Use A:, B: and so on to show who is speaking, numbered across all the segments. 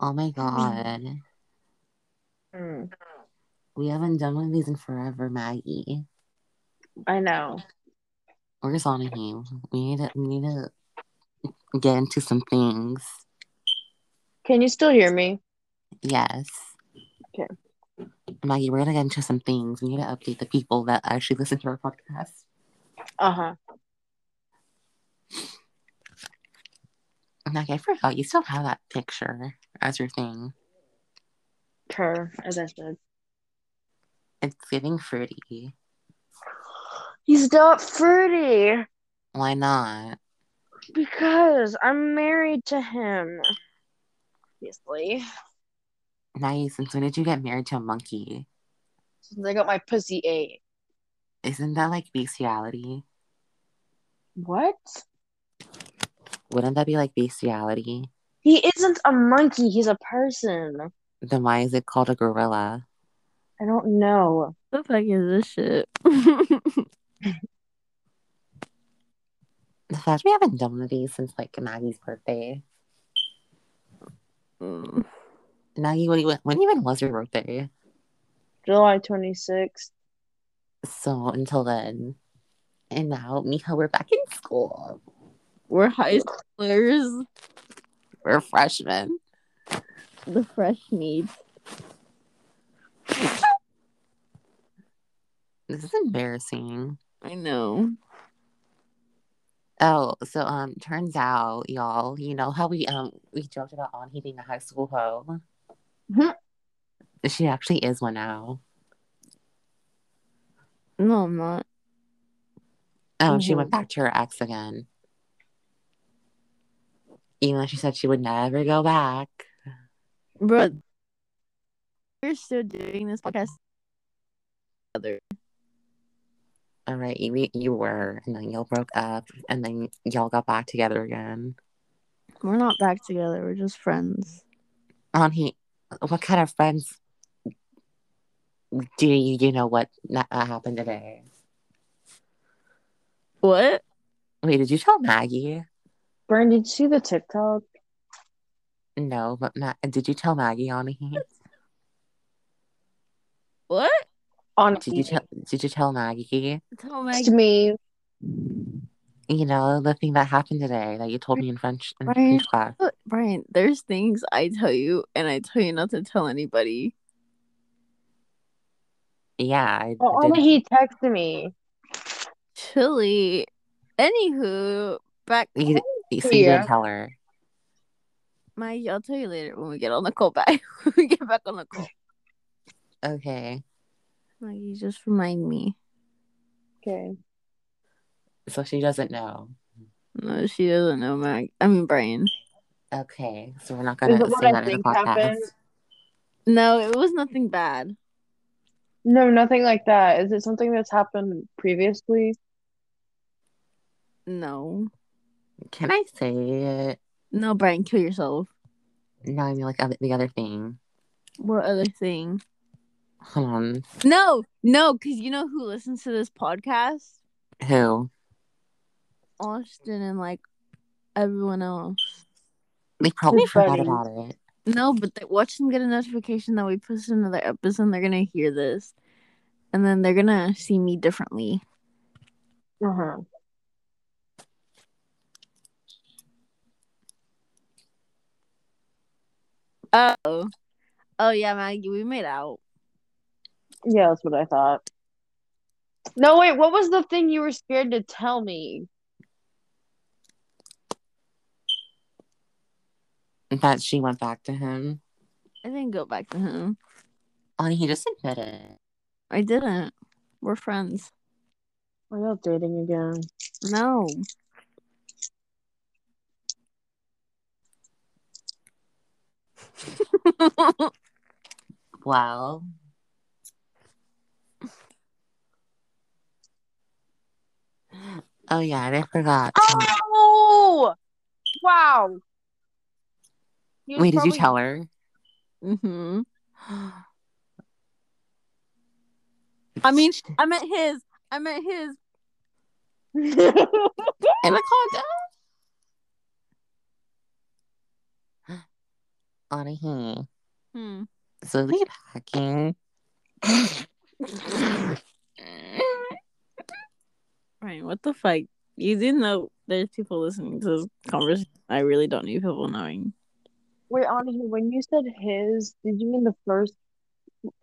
A: Oh my god.
B: Mm,
A: We haven't done one of these in forever, Maggie.
B: I know.
A: Where's Donahue? We need to we need to get into some things.
B: Can you still hear me?
A: Yes.
B: Okay.
A: Maggie, we're gonna get into some things. We need to update the people that actually listen to our podcast.
B: Uh huh.
A: Maggie, I forgot you still have that picture as your thing.
B: Her, as I said.
A: It's giving fruity.
B: He's not fruity
A: Why not?
B: because I'm married to him. Obviously.
A: Maggie, since when did you get married to a monkey?
B: Since I got my pussy ate.
A: Isn't that like bestiality?
B: What?
A: Wouldn't that be like bestiality?
B: He isn't a monkey, he's a person.
A: Then why is it called a gorilla?
B: I don't know.
C: The fuck is this shit?
A: The fact we haven't done one of these since like Maggie's birthday.
C: Mm.
A: Maggie, when, you- when even was your birthday?
B: July 26th.
A: So until then. And now, Miha, we're back in school.
C: We're high schoolers.
A: We're freshmen.
C: The fresh meat.
A: This is embarrassing.
C: I know.
A: Oh, so um, turns out, y'all, you know how we um we joked about on being a high school hoe.
B: Mhm.
C: Mm-hmm.
A: She actually is one now.
C: No, I'm not.
A: Oh, she went
B: Mhm.
A: back to her ex again. Even though she said she would never go back.
C: Bro, we're still doing this podcast. Other.
A: All right, you you were, and then y'all broke up, and then y'all got back together again.
C: We're not back together. We're just friends.
A: On he, what kind of friends do you you know what na- uh, happened today?
C: What?
A: Wait, did you tell Maggie?
B: Brian, did you see the TikTok?
A: No, but Ma- did you tell Maggie on he?
C: What?
B: On
A: Did you tell Did you tell Maggie?
C: Tell
B: text
C: Maggie.
B: me.
A: You know the thing that happened today that you told me in French in
C: Right.
A: French class.
C: Brian, there's things I tell you, and I tell you not to tell anybody.
A: Yeah, I
B: Oh,
A: did.
B: only he texted me.
C: Chili. Anywho, back.
A: You,
B: Oh,
A: so you
B: Yeah.
A: didn't tell her.
C: Maggie, I'll tell you later when we get on the call back. when we get back on the call.
A: Okay,
C: Maggie, just remind me.
B: Okay.
A: so she doesn't know.
C: No, she doesn't know Mag. I mean, Brian.
A: Okay, so we're not
B: Is
A: gonna
B: it what
A: say
B: I
A: that in the
B: think
A: podcast.
B: happened?
C: No, it was nothing bad.
B: No, nothing like that. Is it something that's happened previously?
C: No.
A: Can I say it?
C: No, Brian, kill yourself.
A: No, I mean like other, the other thing.
C: What other thing?
A: Hold on,
C: No, no, because you know who listens to this podcast?
A: who?
C: Austin and like everyone else.
A: They probably
B: His
A: forgot
B: buddies.
A: about it.
C: No, but they, watch them get a notification that we posted another episode and they're going to hear this. And then they're going to see me differently.
B: Uh-huh.
C: Oh. Oh, yeah, Maggie, we made out.
B: Yeah, that's what I thought. No, wait, what was the thing you were scared to tell me?
A: That she went back to him,
C: I didn't go back to him.
A: and he just admitted it.
C: I didn't. We're friends.
B: Are y'all dating again?
C: No.
A: Well, oh yeah, and I forgot.
B: Oh! Wow. He was
A: Wait, did you
B: probably-
A: tell her?
C: hmm I mean, I meant his. I meant his.
A: Anaconda. on a he.
C: Hmm.
A: So lead hacking.
C: Ryan, what the fuck? You do know there's people listening to this conversation. I really don't need people knowing.
D: Wait, Ani, when you said his, did you mean the first?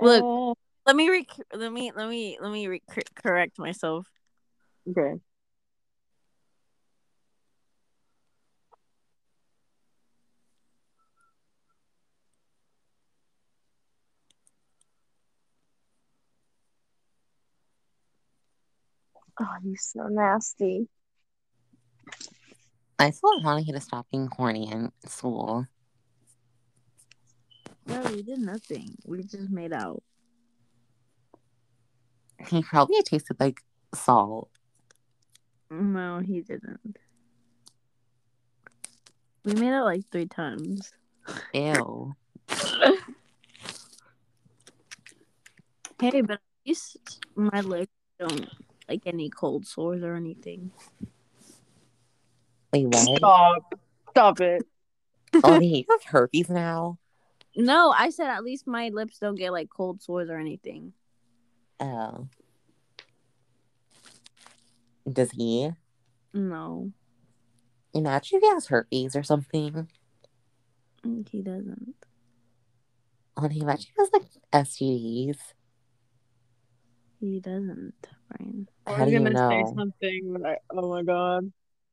C: Look.
D: Oh,
C: Let me rec- let me let me let me re- cor- correct myself.
D: okay. Oh, he's so nasty.
A: I still want you to stop being horny in school.
C: No, we did nothing. We just made out.
A: He probably tasted like salt.
C: No, he didn't. We made out like three times.
A: Ew.
C: Hey, but at least my legs don't like any cold sores or anything.
A: Wait, what?
D: Stop. Stop it.
A: oh, wait, you have herpes now?
C: No, I said at least my lips don't get like cold sores or anything.
A: Oh. Does he?
C: No,
A: Imagine if he has herpes or something.
C: he doesn't.
A: Oh, he imagine if he has like STDs.
C: He doesn't, Brian.
A: How do you know?
D: say something. But I, oh my god.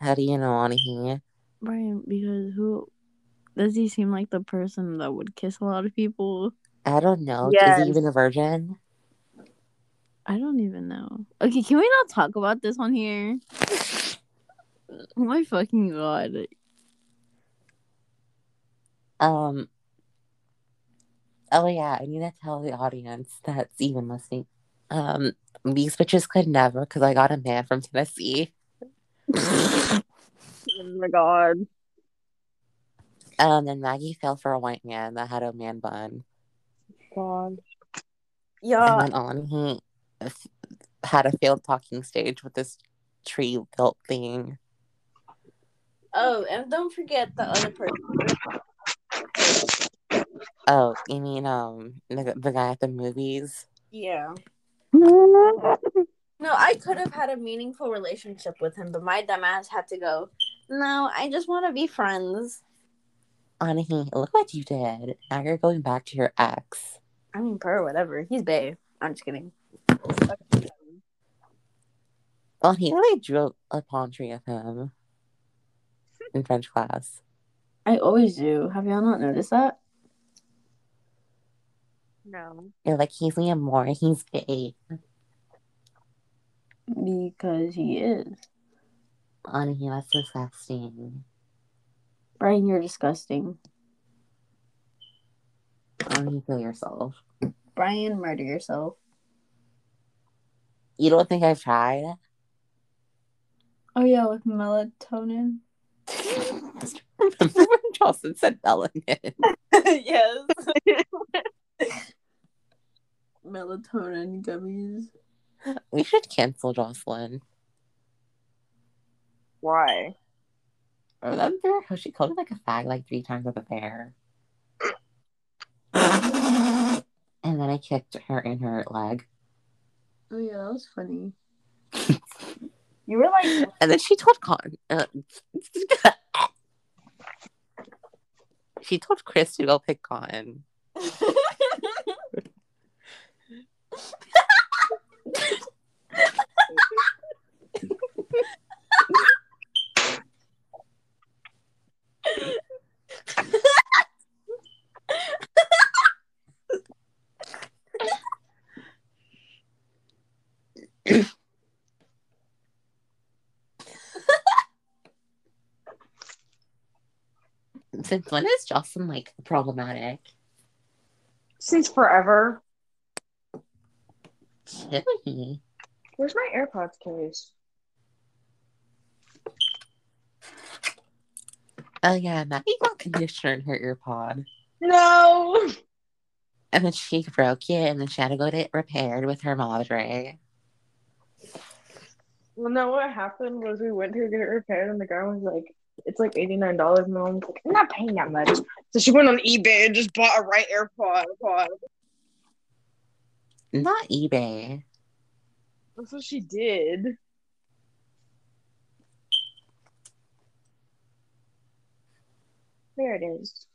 A: How do you know on here?
C: Brian, because who does he seem like the person that would kiss a lot of people?
A: I don't know. Is
D: Yes.
A: he even a virgin?
C: I don't even know. Okay, can we not talk about this on here? Oh my fucking god.
A: Um. Oh yeah, I need to tell the audience that's even listening. Um, these bitches could never, cause I got a man from Tennessee.
D: Oh my god.
A: Um, and Maggie fell for a white man that had a man bun,
D: God.
A: and
C: Oh.
D: Yeah.
A: then on he f- had a failed talking stage with this tree built thing.
C: Oh, and don't forget the other person.
A: Oh, you mean um the, the guy at the movies?
C: Yeah.
D: Wait,
C: No, I could have had a meaningful relationship with him, but my dumbass had to go. No, I just want to be friends.
A: Anahi, look what you did. Now you're going back to your ex.
C: I mean, per whatever. He's bae. I'm just kidding.
A: Well, he really drew a palm tree of him in French class.
C: I always do. Have y'all not noticed that?
D: no.
A: You're like, he's Liam Moore, he's gay.
C: Because he is.
A: Anahi, that's disgusting.
C: Brian, you're disgusting.
A: Anahi, kill yourself.
C: Brian, murder yourself.
A: You don't think I've tried?
C: Oh, yeah, with melatonin.
A: Remember when Jocelyn said melanin?
C: yes. melatonin gummies.
A: We should cancel Jocelyn.
D: Why?
A: Remember how she called him like a fag like three times with a bear? And then I kicked her in her leg.
C: Oh, yeah, that was funny. you were like
A: And then she told Con. Uh, she told Chris to go pick Cotton. Since when is Jocelyn like problematic?
D: Since forever.
A: Chili.
D: Where's my AirPods case?
A: Oh yeah, Maggie got conditioner in her ear pod.
D: No.
A: And then she broke it and then she had to go get it repaired with her madre.
D: Well, no. What happened was we went to get it repaired, and the guy was like, It's like eighty nine dollars. My mom's like, I'm not paying that much. So she went on eBay and just bought a right AirPod. pod.
A: Not eBay.
D: That's what she did. There it is.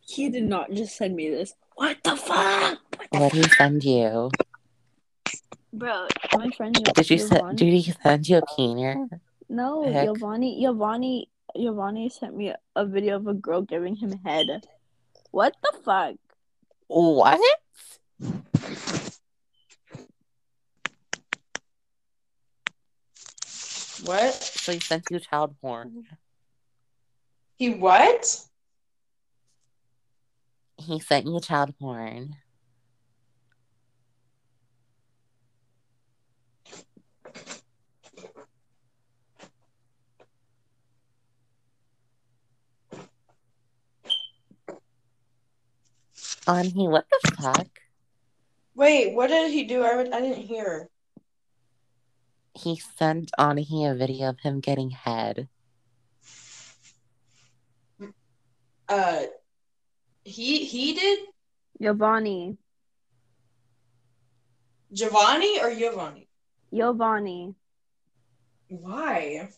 C: He did not just send me this. What the fuck? What the
A: What did he send you?
C: Bro, my friend.
A: Did you
C: Giovanni-
A: send? Did he send you a peener?
C: No,
A: Heck.
C: Giovanni, Giovanni, Giovanni sent me a video of a girl giving him head. What the fuck?
A: What?
D: What?
A: So he sent you child porn.
D: He what?
A: He sent you child porn. On he, what the fuck?
D: Wait, what did he do? I, would- I didn't hear.
A: He sent Anahi a video of him getting head.
D: Uh, he he did
C: Giovanni,
D: Giovanni or Giovanni?
C: Giovanni.
D: Why?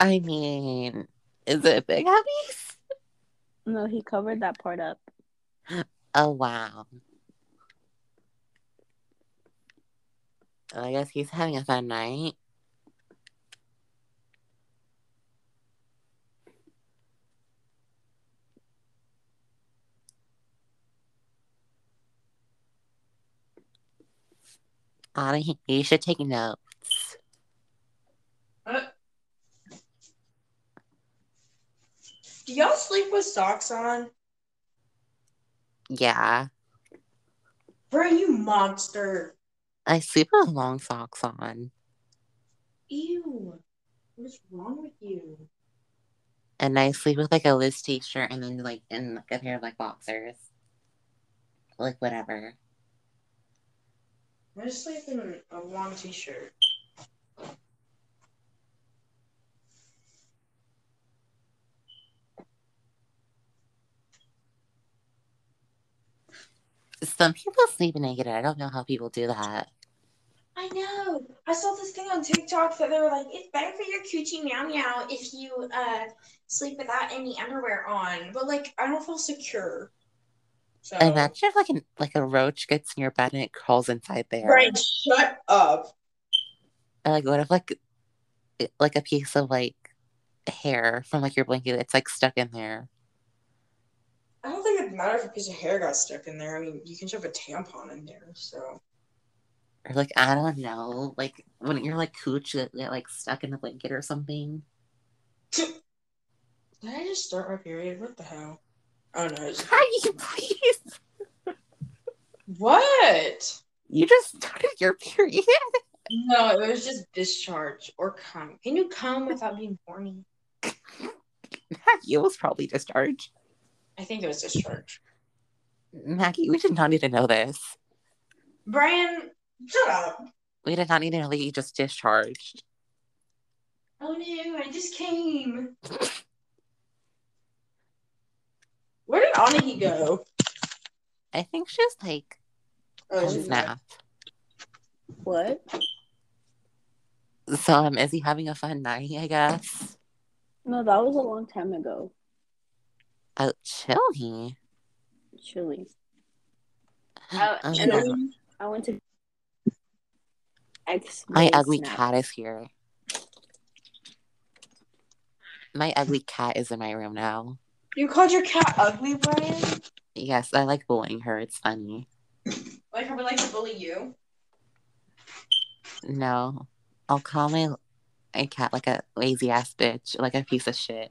A: I mean, is it big hubbies?
C: No, he covered that part up.
A: Oh wow. I guess he's having a fun night. Ani, you should take notes.
D: Do y'all sleep with socks on?
A: Yeah,
D: Bro, you monster.
A: I sleep with long socks on,
D: Ew. What's wrong with you?
A: and I sleep with like a Liz t-shirt, and then like and like a pair of like boxers, like whatever.
D: I just sleep in a long t shirt.
A: Some people sleep naked. I don't know how people do that.
D: I know. I saw this thing on TikTok that they were like, it's better for your coochie meow meow if you uh sleep without any underwear on. But like, I don't feel secure. So.
A: Imagine if like an like a roach gets in your bed and it crawls inside there.
D: Right, shut up.
A: Or, like what if like it- like a piece of like hair from like your blanket it's like stuck in there.
D: I don't think it'd matter if a piece of hair got stuck in there. I mean, you can shove a tampon in there, so.
A: Or like I don't know, like when you're like cooch that, that like stuck in the blanket or something.
D: Did I just start my period? What the hell? Oh no. it's-
A: Hi, please.
D: What?
A: You just started your period.
D: No, it was just discharge or cum. Can you come without being horny?
A: Maggie was probably discharged.
D: I think it was discharge.
A: Maggie, we did not need to know this.
D: Brian, shut up.
A: We did not need to know that you just discharged.
D: Oh no, I just came. Where did Anahi go?
A: I think she's like
D: Oh,
A: on
D: she's
A: snap.
C: What?
A: So um, is he having a fun night? I guess.
C: No, that was a long time ago.
A: Oh, chili.
C: Chili.
A: Oh,
C: Oh,
A: no.
C: chili. I went to. X.
A: My
C: Mills
A: ugly
C: now.
A: cat is here. My ugly cat is in my room now.
D: You called your cat ugly, Brian?
A: Yes, I like bullying her. It's funny.
D: Like I would like to bully you.
A: No, I'll call my a cat like a lazy ass bitch, like a piece of shit.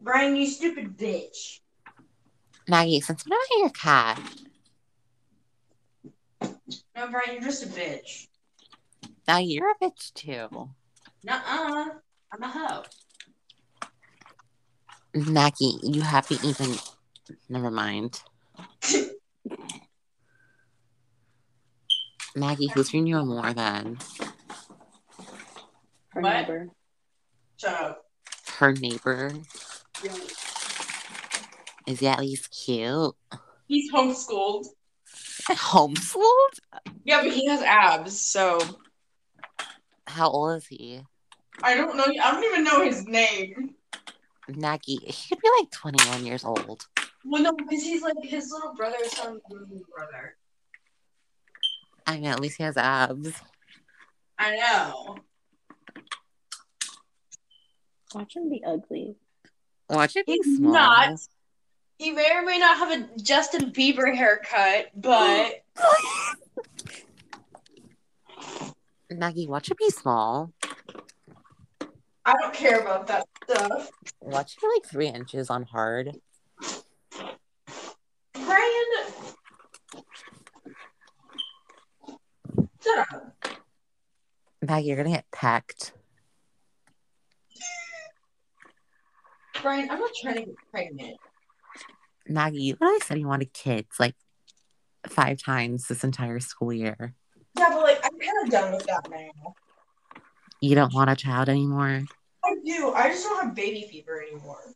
D: Brian, you stupid bitch.
A: Maggie, since when am I your cat?
D: No, Brian, you're just a bitch.
A: Now you're a bitch too.
D: Nuh-uh. I'm a hoe.
A: Maggie, you haven't even. Never mind. Maggie, who's your new more then?
E: Her
D: What?
E: neighbor.
D: Shut up.
A: Her neighbor? Is he at least cute?
D: He's homeschooled.
A: Homeschooled?
D: Yeah, but he has abs, so
A: How old is he?
D: I don't know. I don't even know his name.
A: Maggie, he'd be like 21 years old.
D: Well, no, because he's like his little brother is from his little brother.
A: I mean, at least he has abs.
D: I know.
E: Watch him be ugly.
A: Watch it be
D: He's
A: small.
D: not. He may or may not have a Justin Bieber haircut, but
A: Maggie, watch it be small.
D: I don't care about that stuff.
A: Watch it be like three inches on hard.
D: Brian, shut up.
A: Maggie, you're gonna get pecked.
D: Brian, I'm not trying to get pregnant.
A: Maggie, you literally said you wanted kids like five times this entire school year.
D: Yeah, but like I'm kind of done with that now.
A: You don't want a child anymore?
D: I do. I just don't have baby fever anymore.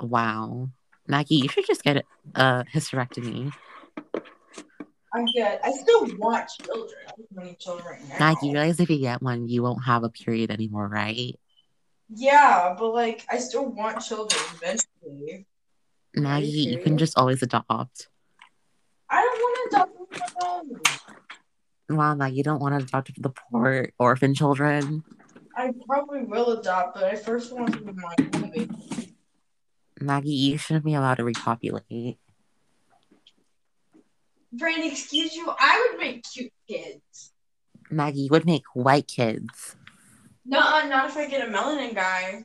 A: Wow. Maggie, you should just get a hysterectomy.
D: I'm good. I still want children. I don't have any children right now.
A: Maggie, you realize if you get one, you won't have a period anymore, right?
D: Yeah, but like I still want children eventually.
A: Maggie, you can
E: serious?
A: just always adopt.
D: I don't want to adopt on my own.
A: Wow, Maggie, you don't want to adopt the poor orphan children.
D: I probably will adopt, but I first want to be my own baby.
A: Maggie, you shouldn't be allowed to repopulate.
D: Brand, excuse you. I would make cute kids.
A: Maggie, you would make white kids.
D: No, not if I get a melanin guy.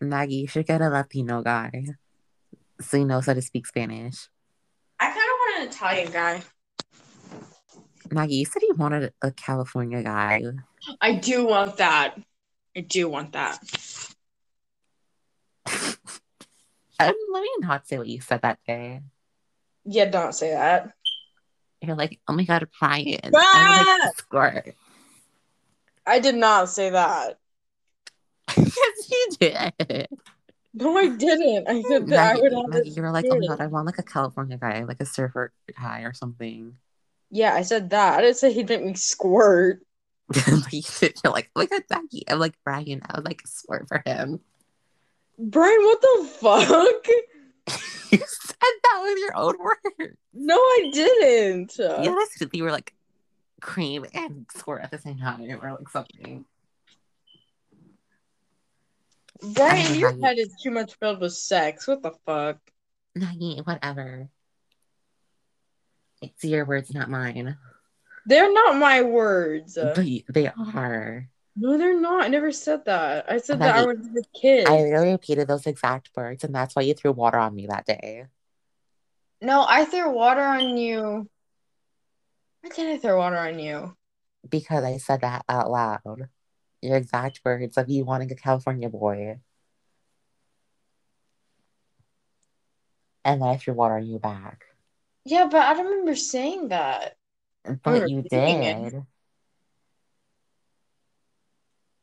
A: Maggie, you should get a Latino guy. So he knows how to speak Spanish.
D: I kind of want an Italian guy.
A: Maggie, you said you wanted a California guy.
D: I do want that. I do want that.
A: Um, let me not say what you said that day.
D: Yeah, don't say that.
A: You're like, oh my god, Brian. I'm like, squirt.
D: I did not say that.
A: yes, you did.
D: No, I didn't. I said that I
A: Maggie,
D: would have
A: Maggie,
D: this
A: you were like, oh my
D: kid.
A: god, I want like a California guy, like a surfer guy or something.
D: Yeah, I said that. I didn't say he'd make me squirt.
A: Like, you did. You're like, oh my god, Maggie. I'm like, Brian, I would like squirt for him.
D: Brian, what the fuck?
A: You said that with your own words.
D: No, I didn't.
A: yes, you were like cream and squirt at the same time or like something.
D: Brian, your
A: Brian.
D: head is too much filled with sex. What the fuck?
A: Maggie, whatever. It's your words, not mine.
D: They're not my words.
A: But you- they are.
D: No, they're not. I never said that. I said that I
A: Maggie,
D: was a kid.
A: I literally repeated those exact words, and that's why you threw water on me that day.
D: No, I threw water on you. Why did I throw water on you?
A: Because I said that out loud. Your exact words of you wanting a California boy. And then I threw water on you back.
D: Yeah, but I don't remember saying that.
A: But you
D: repeating it.
A: did.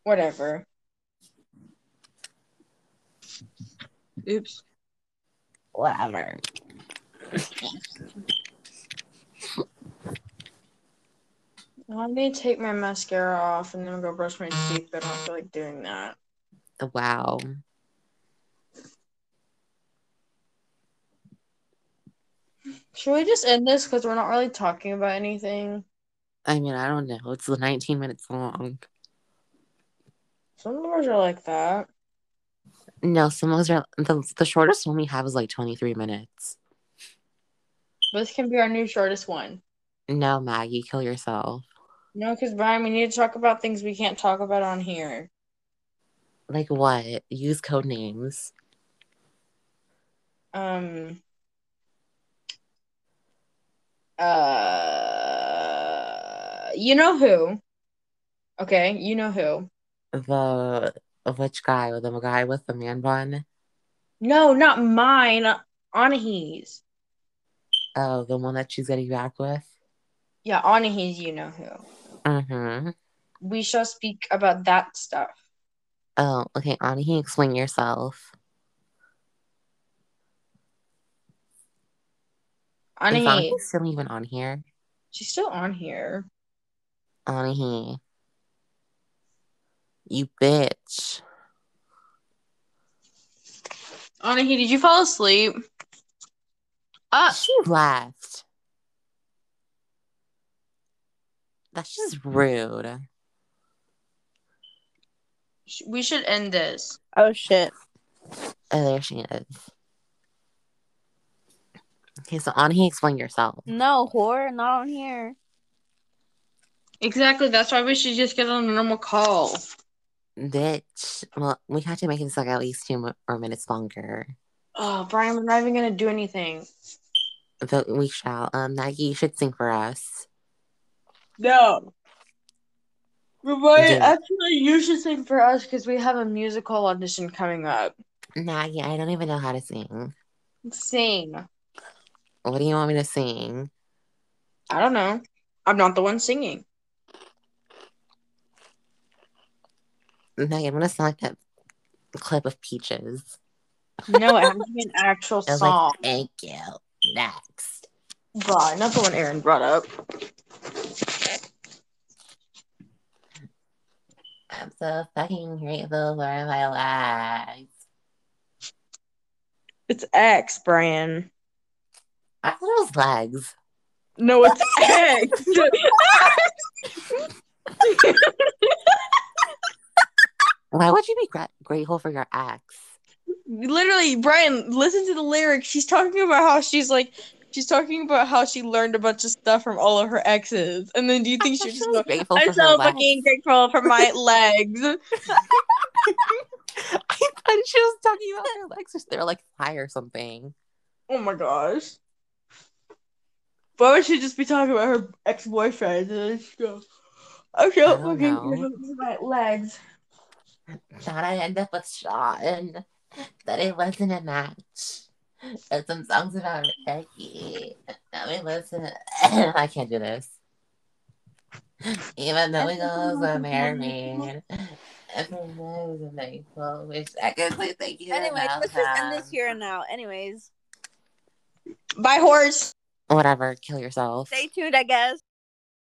D: Whatever. Oops.
A: Whatever.
D: Well, I'm gonna take my mascara off and then go brush my teeth, but I don't feel like doing that.
A: Wow.
D: Should we just end this because we're not really talking about anything?
A: I mean, I don't know. It's 19 minutes long.
D: Some doors are like that.
A: No, some of those are the, the shortest one we have is like 23 minutes.
D: This can be our new shortest one.
A: No, Maggie, kill yourself.
D: No, because Brian, we need to talk about things we can't talk about on here.
A: Like what? Use code names.
D: Um. Uh. you know who? Okay, you know who?
A: The which guy? The guy with the man bun?
D: No, not mine. Anahis.
A: Oh, the one that she's getting back with?
D: Yeah, Anahis. You know who?
A: Mm-hmm.
D: We shall speak about that stuff.
A: Oh, okay, Anahi, explain yourself. Is
D: Anahi,
A: Anahi still even on here?
D: she's still on here.
A: Anahi. You bitch.
D: Anahi, did you fall asleep? Uh,
A: She left. That's just rude.
D: sh- we should end this.
E: Oh shit.
A: Oh, there she is. Okay, so Anahi, explain yourself.
E: No, whore, not on here.
D: Exactly. That's why we should just get on a normal call.
A: Bitch. Well, we have to make this like at least two mo- more minutes longer.
D: Oh, Brian, we're not even gonna do anything.
A: But we shall. Um, Maggie, you should sing for us.
D: No. Brian,
A: Yeah.
D: actually, you should sing for us because we have a musical audition coming up.
A: Maggie, I don't even know how to sing.
D: Sing.
A: What do you want me to sing?
D: I don't know. I'm not the one singing.
A: Maggie, I'm gonna select that clip of peaches.
D: No, it has to be an actual
A: I was
D: song.
A: like, thank you. Next.
D: Brian, not the one Aaron brought up.
A: I'm so fucking grateful for my life.
D: It's X, Brian.
A: I thought it was legs.
D: No, it's X.
A: Why would you be gra- grateful for your ex?
D: Literally, Brian, listen to the lyrics. She's talking about how she's like, she's talking about how she learned a bunch of stuff from all of her exes. And then do you
A: I
D: think
A: thought
D: she
A: she
D: just
A: was
D: goes,
A: grateful
D: I'm
A: for
D: so
A: her legs.
D: fucking grateful for my legs.
A: I thought she was talking about her legs. or They're like high or something.
D: Oh my gosh. Why would she just be talking about her ex boyfriend? And then she go, I'm so
A: don't
D: fucking
A: know.
D: grateful for my legs.
A: Thought I'd end up with Sean. That it wasn't a match. And some songs about Ricky. Now we listen. I can't do this. Even though we girls are married. Everyone is thankful. Wish I could say thank you.
E: Anyway,
A: about
E: let's just end this
A: time.
E: here and now. Anyways,
D: Bye, horse.
A: Whatever. Kill yourself.
E: stay tuned, I guess.